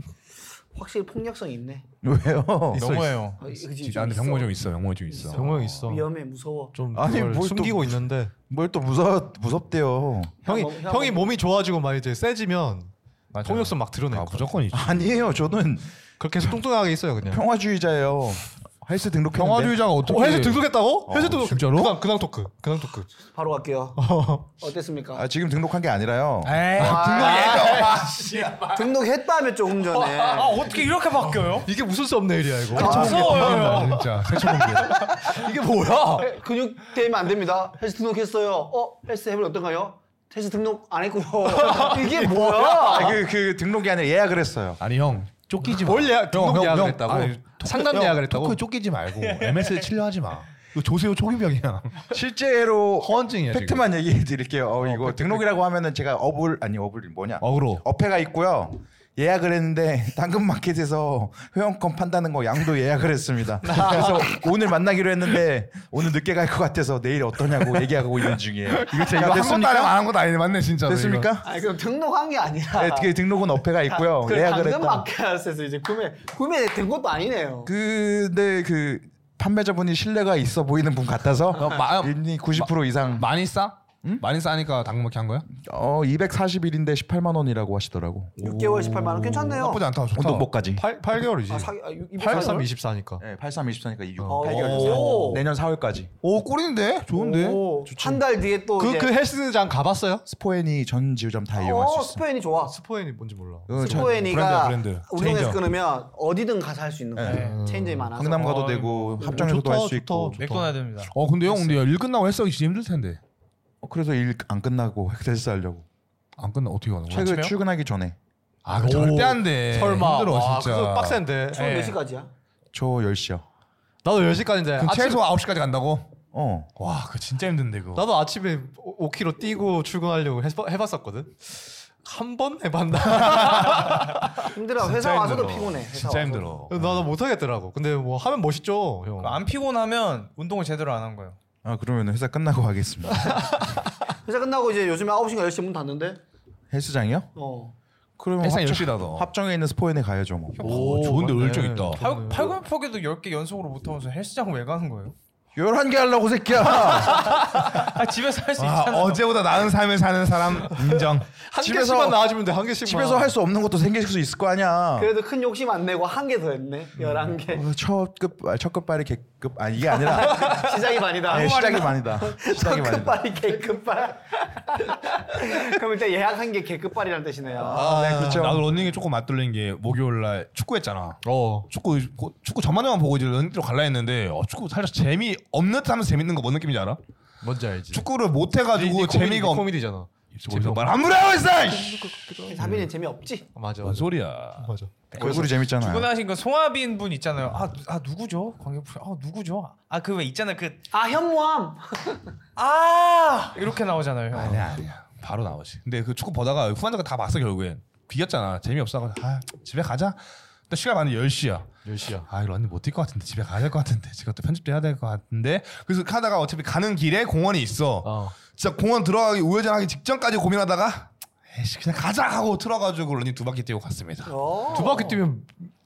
확실히 폭력성이 있네. 왜요? 영어예요. 어, 그지, 좀 나한테 있어. 아, 병모 좀 있어. 병모 좀 있어. 병호 형 있어. 위험해 무서워. 좀 아니, 그걸 뭘 또- 숨기고 있는데 뭘 또 무섭 무섭대요. 형이 형, 형, 형이 형. 몸이 좋아지고 막 이제 세지면 맞아요. 통역성 막 드러내. 아, 무조건 있죠. 아니에요. 저는 그렇게 해서 뚱뚱하게 있어요 그냥. 평화주의자예요. 헬스 등록. 평화주의자가 어떻게? 어, 해서 등록했다고? 어, 해서 등록. 진짜로? 근황, 근황 토크. 근황 토크. 바로 갈게요. 어땠습니까? 아 지금 등록한 게 아니라요. 에이, 등록했다며 조금 전에. 아 어떻게 이렇게 바뀌어요? 이게 무슨 썸네일이야 이거. 아, 무서워요. 아, 진짜 새처럼 이게 뭐야? 해- 네, 근육 때문에 안 됩니다. 헬스 등록했어요. 어? 헬스 해보면 어떤가요? 헬스 등록 안 했고요. 이게 뭐야? 아그그 등록이 아니라 예약을 했어요. 아니 형 쫓기지 마. 뭘 예약- 등록 예약을 했다고? 토크- 상담 형, 예약을 했다고? 토크에 쫓기지 말고 MS에 칠려하지 마. 이거 조세호 초기병이야. 실제로 허언증이야, 지금. 팩트만 얘기해 드릴게요. 어, 이거 등록이라고 하면은 제가 어불 아니 어불이 뭐냐? 어그로. 어패가 있고요. 예약을 했는데 당근마켓에서 회원권 판다는 거 양도 예약을 했습니다. 그래서 오늘 만나기로 했는데 오늘 늦게 갈 것 같아서 내일 어떠냐고 얘기하고 있는 중이에요. 이거 이거 한 것도 아니고 안한 것도 아니네. 맞네 진짜. 됐습니까? 아니 그럼 등록한 게 아니라. 네, 그 등록은 어패가 있고요. 그 예약을 당근 했다. 마켓에서 이제 구매 구매된 것도 아니네요. 근데 그 판매자분이 신뢰가 있어 보이는 분 같아서 어, 마- 이미 90% 이상 많이 싸? 많이 싸니까 당근마켓 한 거야? 어 240일인데 18만 원이라고 하시더라고. 6개월 18만 원 괜찮네요. 나쁘지 않다. 좋다. 운동복까지. 8, 8개월이지. 아, 사, 아, 6, 83, 24니까. 네, 83, 24니까 6, 어. 8개월. 오. 내년 4월까지. 오 꿀인데? 좋은데? 한달 뒤에 또 그, 이제 그 헬스장 가봤어요? 스포엔이 전 지점 다 이용할 어, 수 있어. 스페인이 좋아. 스포인이 뭔지 몰라. 어, 저- 스포엔이가 브랜드야, 브랜드. 운동에서 체인점. 끊으면 어디든 가서 할 수 있는 거예요. 체인점이 많아서. 강남 가도 어, 되고 좋다, 합정에서도 할 수 좋다, 있고. 좋다. 내꺼놔야 됩니다. 어 근데 형 근데 일 끝나고 헬스 하기 진짜 힘들 텐데. 어, 그래서 일 안 끝나고 헬스 하려고. 안 끝나 어떻게 가는 거야? 최근 아침에요? 출근하기 전에 아 오. 절대 안 돼. 설마. 힘들어 와, 진짜. 그거 빡센데. 처음 예. 몇 시까지야? 저 10시요. 나도 10시까지인데. 그럼 아침, 최소 9시까지 간다고? 어. 와, 그 진짜 힘든데 그거. 나도 아침에 5km 뛰고 출근하려고 해, 해봤었거든. 한 번 해봤나? 힘들어. 회사 진짜 와서도 힘들어. 피곤해. 회사 진짜 와서도. 힘들어. 나도 못하겠더라고. 근데 뭐 하면 멋있죠, 형. 안 피곤하면 운동을 제대로 안 한 거예요. 아 그러면 회사 끝나고 가겠습니다. 회사 끝나고 이제 요즘에 9시인가 10시 문 닫는데? 헬스장이요? 어. 그러면 회사 합정- 10시다 너. 합정에 있는 스포엔에 가야죠 뭐. 오, 좋은데 맞네. 의욕 있다. 팔- 팔굽혀펴기도 10개 연속으로 못하면서 헬스장 왜 가는 거예요? 11개 하려고 새끼야. 아 집에서 할 수 아, 있잖아. 어제보다 나은 삶을 사는 사람 인정. 한 집에서- 개씩만 나와주면 돼, 한 개씩만. 집에서 할 수 없는 것도 생길 수 있을 거 아니야. 그래도 큰 욕심 안 내고 한 개 더 했네. 11개. 어, 첫급 첫 끝발이 개급 아니 이게 아니라 시작이 반이다. 아니, 시작이 반이다. 시작이 반이다. 끝발이 개끝발. 그럼 일단 예약한 게 개끝발이라는 아, 뜻이네요. 네, 그렇죠. 아, 나도 런닝에 조금 맞들린 게 목요일 날 축구했잖아. 어. 축구 고- 축구 전만에만 보고 이제 런닝로 갈라 했는데 어, 축구 살짝 재미 없는 듯 하면서 재밌는 거 뭔 느낌인지 알아? 뭔지 알지. 축구를 못 해가지고 재미가 없. 코미디잖아. 재미가 말안 물어 있어. 이씨. 사빈이 재미없지? 아, 맞아. 뭔 맞아. 소리야? 맞아. 얼굴이 재밌잖아요. 구분하신 그 송하빈 분 있잖아요. 아, 누- 아 누구죠? 관계부 아 누구죠? 아 그 왜 있잖아 아 현무암. 그아 이렇게 나오잖아요. 네. 형. 아니야 아니야. 바로 나오지. 근데 그 축구 보다가 후반자가 다 봤어 결국엔. 비겼잖아. 재미없어. 아 집에 가자. 근데 시간 많이 10시야. 10시야. 아 이거 런닝 못뛸것 같은데 집에 가야 될 것 같은데 지금 또 편집도 해야 될 것 같은데 그래서 하다가 어차피 가는 길에 공원이 있어 어. 진짜 공원 들어가기 우회전하기 직전까지 고민하다가 에이씨 그냥 가자 하고 틀어가지고 런닝 두 바퀴 뛰고 갔습니다 어. 두 바퀴 뛰면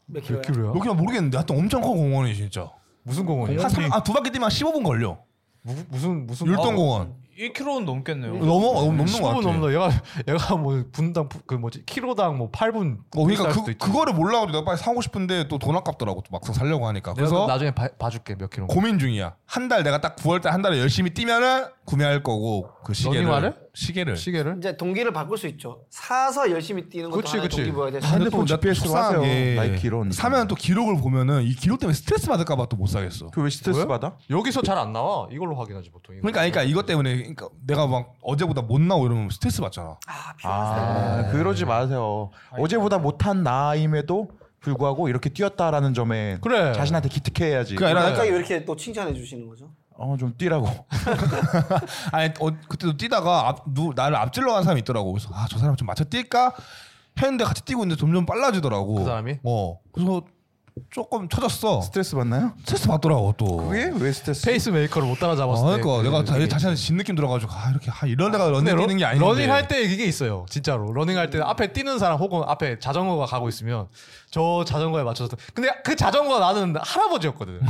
몇 몇 킬로야? 킬로야? 여기는 모르겠는데 하여튼 엄청 커 공원이 진짜 무슨 공원이야? 한아두 바퀴 뛰면 한 15분 걸려 무, 무슨 무슨 율동공원 1km는 넘겠네요. 넘어 어, 아, 넘는 것 15분 같아 넘는 얘가 얘가 뭐 분당 부- 그 뭐지 키로당 뭐 8분 어, 그러니까 그, 그거를 몰라가지고 내가 빨리 사고 싶은데 또 돈 아깝더라고 또 막상 살려고 하니까 그래서 그래서 나중에 봐, 봐줄게 몇 킬로 고민 중이야 한 달 내가 딱 9월달 한 달에 열심히 뛰면은 구매할 거고 그 시계를 러닝화를? 시계를 시계를 이제 동기를 바꿀 수 있죠. 사서 열심히 뛰는 것도 그치, 하나의 그치. 동기부여가 될수 있 핸드폰 GPS로 하세요. 나이키 이런. 사면 또 기록을 보면은 이 기록 때문에 스트레스 받을까 봐 또 못 사겠어. 그왜 스트레스 뭐야? 받아? 여기서 잘 안 나와 이걸로 확인하지 보통 이거. 그러니까 그러니까 이것 때문에 그러니까 내가 막 어제보다 못 나오 이러면 스트레스 받잖아. 아, 필요하세요. 아, 그러지 마세요. 어제보다 못한 나임에도 불구하고 이렇게 뛰었다라는 점에 그래. 자신한테 기특해야지. 그게 아니라 그러니까 그러니까 갑자기 왜 이렇게 또 칭찬해 주시는 거죠? 어 좀 뛰라고. 아니 어, 그때도 뛰다가 앞, 누, 나를 앞질러 간 사람이 있더라고. 그래서 아 저 사람 좀 맞춰 뛸까 했는데 같이 뛰고 있는데 점점 빨라지더라고. 그 사람이? 어. 그래서 조금 터졌어. 스트레스 받나요? 스트레스 받더라고 또. 그게 왜 스트레스? 페이스메이커를 못 따라잡았을 아, 때. 그러니까 그 내가 다, 느낌. 자신한테 진 느낌 들어가지고 아 이렇게 아, 이런 데가 근데 런닝 러- 뛰는 게 아닌데. 러닝 할때 이게 있어요. 진짜로. 러닝 할 때는 앞에 뛰는 사람 혹은 앞에 자전거가 가고 있으면 저 자전거에 맞춰서 근데 그 자전거 가 나는 할아버지였거든.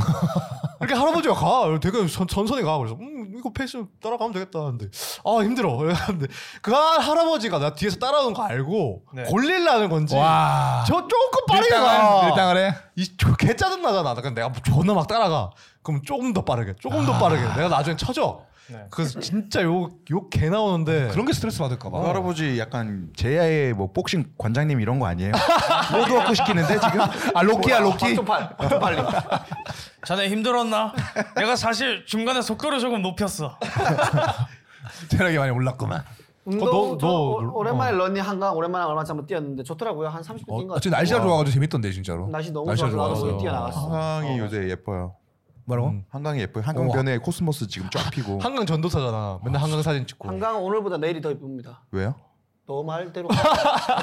이렇게 할아버지가 가. 되게 선, 천천히 가. 그래서 음, 이거 페이스 따라가면 되겠다 하는데 아 힘들어. 근데 그 할- 할아버지가 나 뒤에서 따라오는 거 알고 네. 골릴라는 건지 와. 저 조금 빠르게 가. 일당을 일당을 아, 해. 이개 짜증 나잖아. 그럼 내가 존나 막 따라가. 그럼 조금 더 빠르게, 조금 아. 더 빠르게. 내가 나중에 쳐줘. 네. 그래서 진짜 욕욕개 나오는데. 그런 게 스트레스 받을까 봐. 어. 할아버지 약간 제야의 뭐 복싱 관장님 이런 거 아니에요? 모두 얻고 시키는데 지금 아 로키야 로키 박종팔, 박종팔님. 자네 힘들었나? 내가 사실 중간에 속도를 조금 높였어. 체력이 많이 올랐구만. 어, 운동 너- 저 너 오- 놀- 오랜만에 런닝 한강 오랜만에 얼마 전에 뛰었는데 좋더라고요. 한 30분 어, 뛴 거. 어째 날씨가 좋아가지고 재밌던데 진짜로. 날씨 너무 어, 날씨가 좋아서 나도 좋아서. 뛰어나갔어. 한강이 요새 예뻐요. 음, 뭐라고? 한강이 예뻐요. 한강 우와. 변에 코스모스 지금 쫙 피고 한강 전도사잖아. 맨날 한강 사진 찍고. 한강 오늘보다 내일이 더 이쁩니다. 왜요? 너 말대로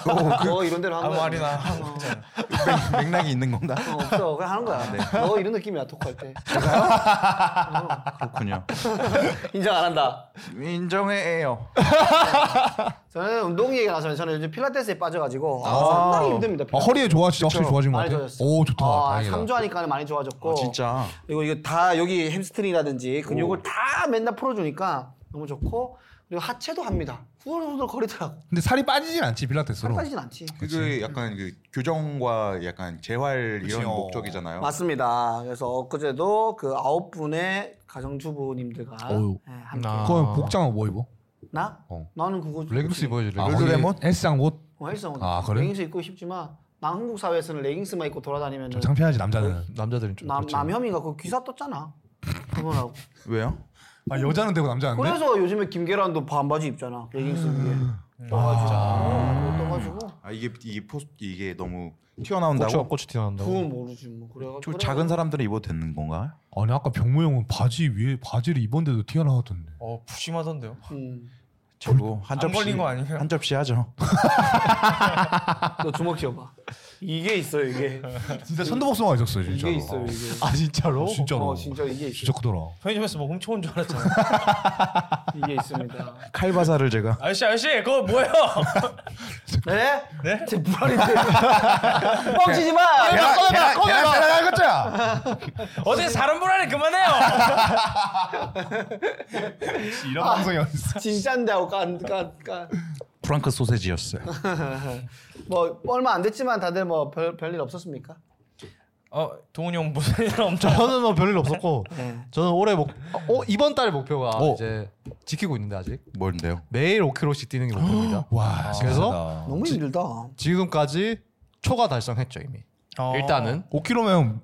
너, 너 이런 대로 하는 아무 거야. 말이나 하고 어, 있잖아. 맥- 맥락이 있는 건가? 어, 없어 그냥 하는 거야. 너 이런 느낌이야 토크할 때. 그렇군요. 인정 안 한다. 인정해요. 저는 운동 얘기 나서면 저는 요즘 필라테스에 빠져가지고 아, 상당히 힘듭니다. 아, 허리에 좋아 진짜 확실히 좋아진 것 많이 같아. 좋아졌어. 오 좋다. 다행이다. 3주 하니까 많이 좋아졌고. 아, 진짜. 그리고 이거 다 여기 햄스트링이라든지 근육을 다 맨날 풀어주니까 너무 좋고 그리고 하체도 합니다. 후들후들 거리더라고. 근데 살이 빠지진 않지 살 필라테스로. 빠지진 않지. 그게 약간 그 교정과 약간 재활 이런 그치요. 목적이잖아요. 맞습니다. 그래서 엊그제도 그 아홉 분의 가정주부님들과 어우. 예, 함께 나- 아. 그럼 복장은 뭐 입어? 나 어. 나는 그거 레깅스 입어야지. 레깅스. 아, 룰루레몬? 거기 S장 옷 어, 헬스장 옷. 아, 그래? 레깅스 입고 싶지만 난 한국 사회에서는 레깅스만 입고 돌아다니면 네. 좀 창피하지 남자는. 뭐 남자들은 좀. 남 그렇지. 남혐이가 그 기사 떴잖아. 그거라고. 왜요? 아 여자는 되고 남자 안 돼? 그래서 요즘에 김계란도 반바지 입잖아. 레깅스 음. 위에. 떠가지고. 어, 떠가지고. 아 이게 이게 포스 이게 너무 꼬치가 튀어나온다고? 꼬치 튀어나온다고. 그건 모르지 뭐 그래가지고. 저 그래. 작은 사람들은 입어도 되는 건가요? 아니 아까 병모 형은 바지 위에 바지를 입었는데도 튀어나왔던데. 어 부심하던데요. 음. 저도 한 안 접시 걸린 거 아니에요? 한 접시 하죠. 너 주먹 쥐어봐. 이게 있어요 이게. 진짜 천도복숭아 있었어 진짜. 이게 있어요 이게. 아 진짜로? 어, 진짜로. 어, 진짜 이게 있어요. 진짜 크더라. 편의점에서 뭐 훔쳐온 줄 알았잖아. 이게 있습니다. 칼바사를 제가 아저씨 아저씨 그거 뭐예요? 네? 네? 제 불안인데. 뻥치지 마. 계란, 계란 계란 계란, 거야. 어제 사람 보라니 그만해요. 이런 방송이 어딨어? 진짠데 하고 깐, 깐, 깐. 프랑크 소세지였어요. 뭐 얼마 안 됐지만 다들 뭐 별, 별일 없었습니까? 어 동훈이 형 무슨 일 엄청 저는 뭐 별일 없었고 네. 저는 올해 목 어, 이번 달 목표가 오. 이제 지키고 있는데 아직 뭔데요? 아, 매일 5km씩 뛰는 게 목표입니다. 와 그래서? 너무 힘들다. 지금까지 초과 달성했죠 이미. 어. 어. 일단은 5km면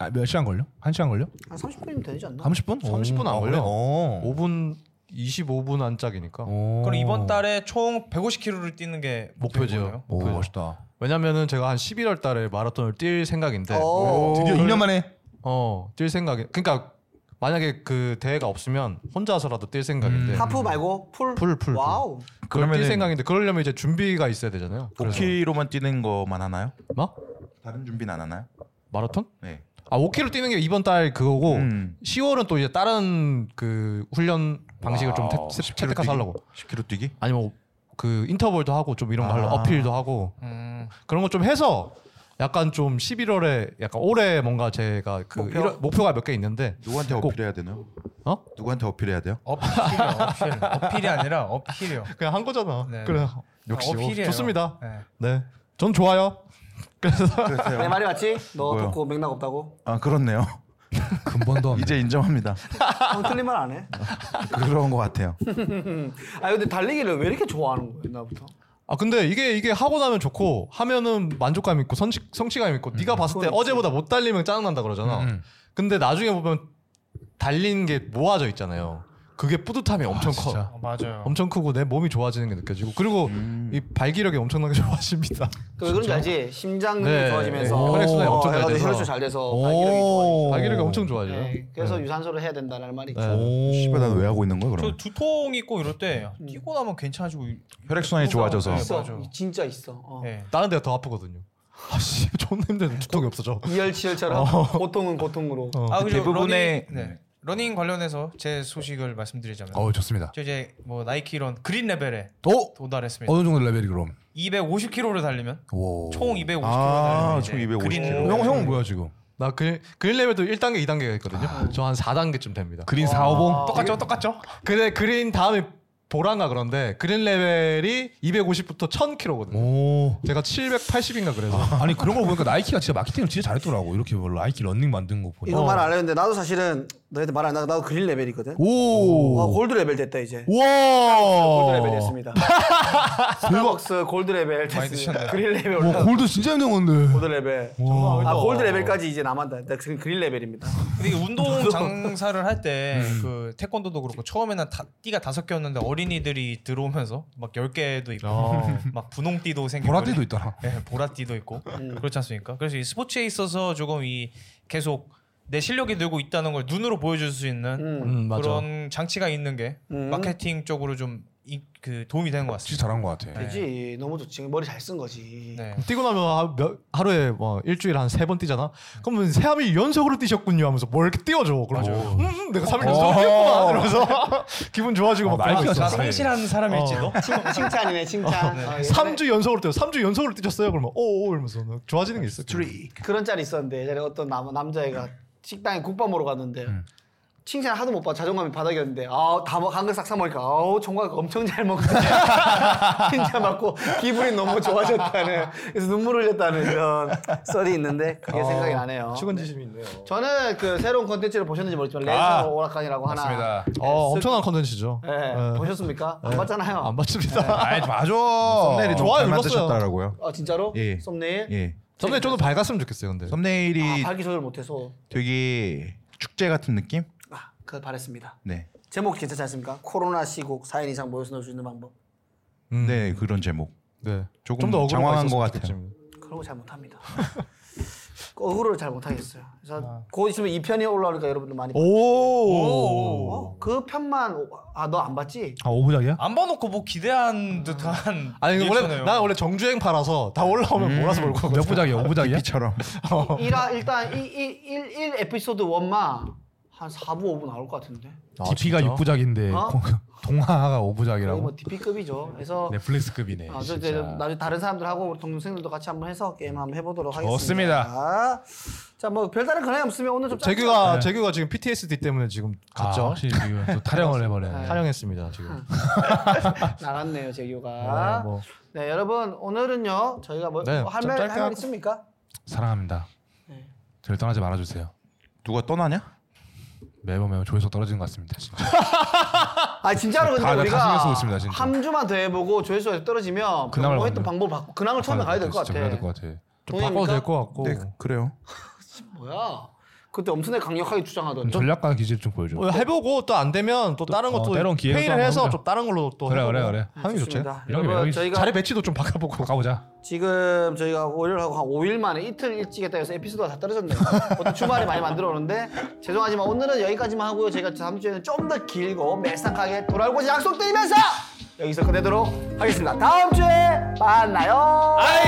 아, 몇 시간 걸려? 한 시간 걸려? 한 30분이면 되지 않나? 30분? 30분 안 아, 걸려. 그래? 어. 5분 25분 안짝이니까 어, 오. 그럼 이번 달에 총 150km를 뛰는 게 목표예요. 목표죠. 오그 목표죠. 멋있다. 왜냐면은 제가 한 11월 달에 마라톤을 뛸 생각인데 어. 드디어 2년 만에 어, 뛸 생각이 그러니까 만약에 그 대회가 없으면 혼자서라도 뛸 생각인데 음. 하프 말고 풀. 풀, 풀, 풀. 와우. 그걸 뛸 아, 그러면은- 생각인데 그러려면 이제 준비가 있어야 되잖아요. 그래서 5km만 뛰는 거만 하나요? 뭐? 다른 준비는 안 하나요? 마라톤? 네. 아, 5km 뛰는 게 이번 달 그거고 음. 10월은 또 이제 다른 그 훈련 방식을 좀 와우, 태- 태- 10km 채택해서 뛰기? 하려고. 10km 뛰기? 아니면 그 인터벌도 하고 좀 이런 거 하려고 아. 어필도 하고 음, 그런 거 좀 해서 약간 좀 11월에 약간 올해 뭔가 제가 그 목표? 이런 목표가 몇 개 있는데 누구한테 꼭- 어필해야 되나요? 어? 누구한테 어필해야 돼요? 어필이요, 어필. 어필이 아니라 어필이요. 그냥 한 거잖아. 네. 그래. 아, 역시 어필이에요. 좋습니다. 네. 네. 전 좋아요. 그래서 내 말이 맞지? 너 뭐요? 듣고 맥락 없다고? 아 그렇네요. 근본도 없네. 이제 인정합니다. 형 틀린 말 안 해. 그런 것 같아요. 아 근데 달리기를 왜 이렇게 좋아하는 거야 옛날부터? 아 근데 이게 이게 하고 나면 좋고 하면은 만족감 있고 성취, 성취감 있고 네가 봤을 때 그건 어제보다 못 달리면 짜증난다 그러잖아. 음. 근데 나중에 보면 달린 게 모아져 있잖아요. 그게 뿌듯함이 엄청 진짜. 커. 어, 맞아요. 엄청 크고 내 몸이 좋아지는 게 느껴지고 그리고 음. 이 발기력이 엄청나게 좋아집니다. 그 그런 거 알지? 심장이 네. 좋아지면서 네. 혈액순환이 엄청 잘 해가지고 돼서. 혈액순환 잘 돼서 발기력이 좋아지고. 발기력이 엄청 좋아져요. 네. 그래서 유산소를 해야 된다는 말이 있죠. 오. 씨발 난왜 하고 있는 거야 저 그러면? 두통 있고 이럴 때 뛰고 나면 괜찮아지고 혈액순환이 좋아져서. 네, 있어. 맞아. 진짜 있어. 어. 예. 다른 데가 더 아프거든요. 아씨 존나 힘들어 두통이 없어져. 이열치열처럼 고통은 고통으로. 아 그리고 대부분의- 러닝, 네. 러닝 관련해서 제 소식을 말씀드리자면 어 좋습니다. 저 이제 뭐 나이키 이런 그린 레벨에 오 도달했습니다. 어느 정도 레벨이 그럼? 250km를 달리면 오. 총 250km 달리면 아, 이제 총 250 그린 킬로. 레벨. 형 형은 뭐야 지금? 나 그린 그린 레벨도 1단계, 2단계가 있거든요. 저 한 4단계쯤 아. 됩니다. 어. 그린 4, 5봉 똑같죠, 똑같죠. 근데 그린 다음에 보라인가 그런데 그린 레벨이 250부터 1000km거든요. 오. 제가 780인가 그래서 아니 그런 걸 보니까 나이키가 진짜 마케팅을 진짜 잘했더라고. 이렇게 뭐 나이키 런닝 만든 거 보니. 이거 말 안 했는데 나도 사실은 너희한테 말 안 하고 나도 그린 레벨이거든. 와 오. 어. 골드 레벨 됐다 이제. 골드 레벨 와. 됐습니다. 스타벅스 골드 레벨 됐습니다. 드셨네요. 그린 레벨 와 올라. 골드 진짜 힘든 건데. 골드 레벨. 와. 아 골드 레벨까지 이제 남았다. 나 지금 그린 레벨입니다. 근데 이게 운동 장사를 할 음. 때 그 태권도도 그렇고 처음에는 다, 띠가 다섯 개였는데 어린이들이 들어오면서 막 열 개도 있고 아. 막 분홍띠도 생기고 보라띠도 있더라. 예, 보라띠도 있고 음. 그렇지 않습니까? 그래서 이 스포츠에 있어서 조금 이 계속 내 실력이 늘고 있다는 걸 눈으로 보여줄 수 있는 음. 음, 맞아. 그런 장치가 있는 게 음. 마케팅 쪽으로 좀 그 도움이 되는 것 같습니다. 진짜 잘한 것 같아. 되지 너무 좋지 머리 잘 쓴 거지. 네. 예. 뛰고 나면 하- 몇- 하루에 뭐 일주일에 한 세 번 뛰잖아. 그러면 세 암이 연속으로 뛰셨군요 하면서 뭘 이렇게 뛰어줘. 그러면 음, 내가 어. 3일 연속 뛰었구나 이러면서 기분 좋아지고 막 나이키가 뭐 그러고 있어. 진짜 나 잘해. 음. 성실한 사람일지도 칭- 칭찬이네 칭찬. 어, 예. 어. 3주 연속으로 뛰어. 3주 연속으로 뛰셨어요. 그러면 오오 이러면서 좋아지는 게 있어. 음. 그런 짤이 있었는데 예전에 어떤 남, 남자애가 식당에 국밥 먹으러 갔는데 음. 칭찬 하도 못 받아 자존감이 바닥이었는데 아다한걸싹 사먹으니까 아우 총각 엄청 잘 먹네 칭찬 받고 기분이 너무 좋아졌다는 그래서 눈물 흘렸다는 이런 썰이 있는데 어. 그게 생각이 나네요 측은지심이 어. 있네요. 네. 저는 그 새로운 컨텐츠를 보셨는지 모르지만 레이저 아, 오락관이라고 하나 맞습니다. 어. 예. 어, 쓸- 엄청난 컨텐츠죠. 네. 예, 보셨습니까? 안 봤잖아요 안 네. 봤습니다. 아이 맞아. 썸네일이 좋아요, 좋아요 눌렀어요. 만드셨다라고요. 아 진짜로? 예. 썸네일? 예. 썸네일 좀더 밝았으면 좋겠어요. 근데 썸네일이 아 발기 조절 못해서 되게 축제 같은 느낌? 아, 그걸 바랬습니다 네. 제목 괜찮지 않습니까? 코로나 시국 4인 이상 모여서 놀 수 있는 방법 네, 그런 제목. 네. 조금 좀더 억울한 장황한 것 같아요. 그런 거 잘 못합니다 어그로를 잘 못하겠어요 그래서 곧 있으면 2편이 올라오니까 여러분들 많이 봐- 오. 어? 그 편만 아 너 안 봤지? 아 오부작이야? 안 봐놓고 뭐 기대한 듯한 음. 아니 근데 원래 일이잖아요. 난 원래 정주행 팔아서 다 올라오면 몰아서 볼 거거든. 음. 몇 부작이야? 오부작이야? 비처럼. 일화 일단 1, 일일 에피소드 원만한 4부 5부 나올 것 같은데 DP가 아, 진짜? 6부작인데 어? 아, 동화가 거의 5부작이라고 뭐 DP급이죠 그래서 넷플릭스급이네. 아, 저 이제 진짜. 나중에 다른 사람들하고 우리 동생들도 같이 한번 해서 게임 한번 해보도록 좋습니다. 하겠습니다 자뭐 별다른 근황이 없으면 오늘 좀 짧게 재규가 재규가 지금 PTSD 때문에 지금 네. 아, 갔죠. 확실히 지금 또 타령을 해버려. 사령했습니다 네. 지금. 나갔네요 재규가 아, 뭐. 네 여러분 오늘은요 저희가 뭐 네, 할 좀 말 짧게 할말 하고. 있습니까? 사랑합니다. 저를 떠나지 말아주세요. 누가 떠나냐? 매번 매번 조회수 떨어지는 것 같습니다. 진짜. 아 진짜로 근데 다- 다 우리가 신경 쓰고 있습니다, 진짜. 한 주만 더 해보고 조회수가 떨어지면 근황을 뭐 했던 받는. 방법 바꾸 근황을 처음에 가야 될 것 진짜 가야 될 같아. 것 같아. 좀 동의합니까? 바꿔도 될 것 같고. 네, 그래요. 뭐야? 그때 엄청나게 강력하게 좀 주장하던. 데 전략가 기질 좀 보여줘. 어, 뭐 해보고 또 안 되면 또 다른 어, 것도 때론 기회를 또 회의를 한번 해서 해보자. 좀 다른 걸로 어, 또 그래 해보고. 그래 그래. 하는 게 좋지. 좋습니다. 여기, 여러분 여기 저희가 자리 배치도 좀 바꿔보고. 가보자. 지금 저희가 월요일하고 한 5일 만에 이틀 일찍 했다 해서 에피소드가 다 떨어졌네요. 보통 주말에 많이 만들어 오는데 죄송하지만 오늘은 여기까지만 하고요. 저희가 다음 주에는 좀 더 길고 매싹하게 돌아올 것이 약속드리면서 여기서 끝내도록 하겠습니다. 다음 주에 만나요. 아이.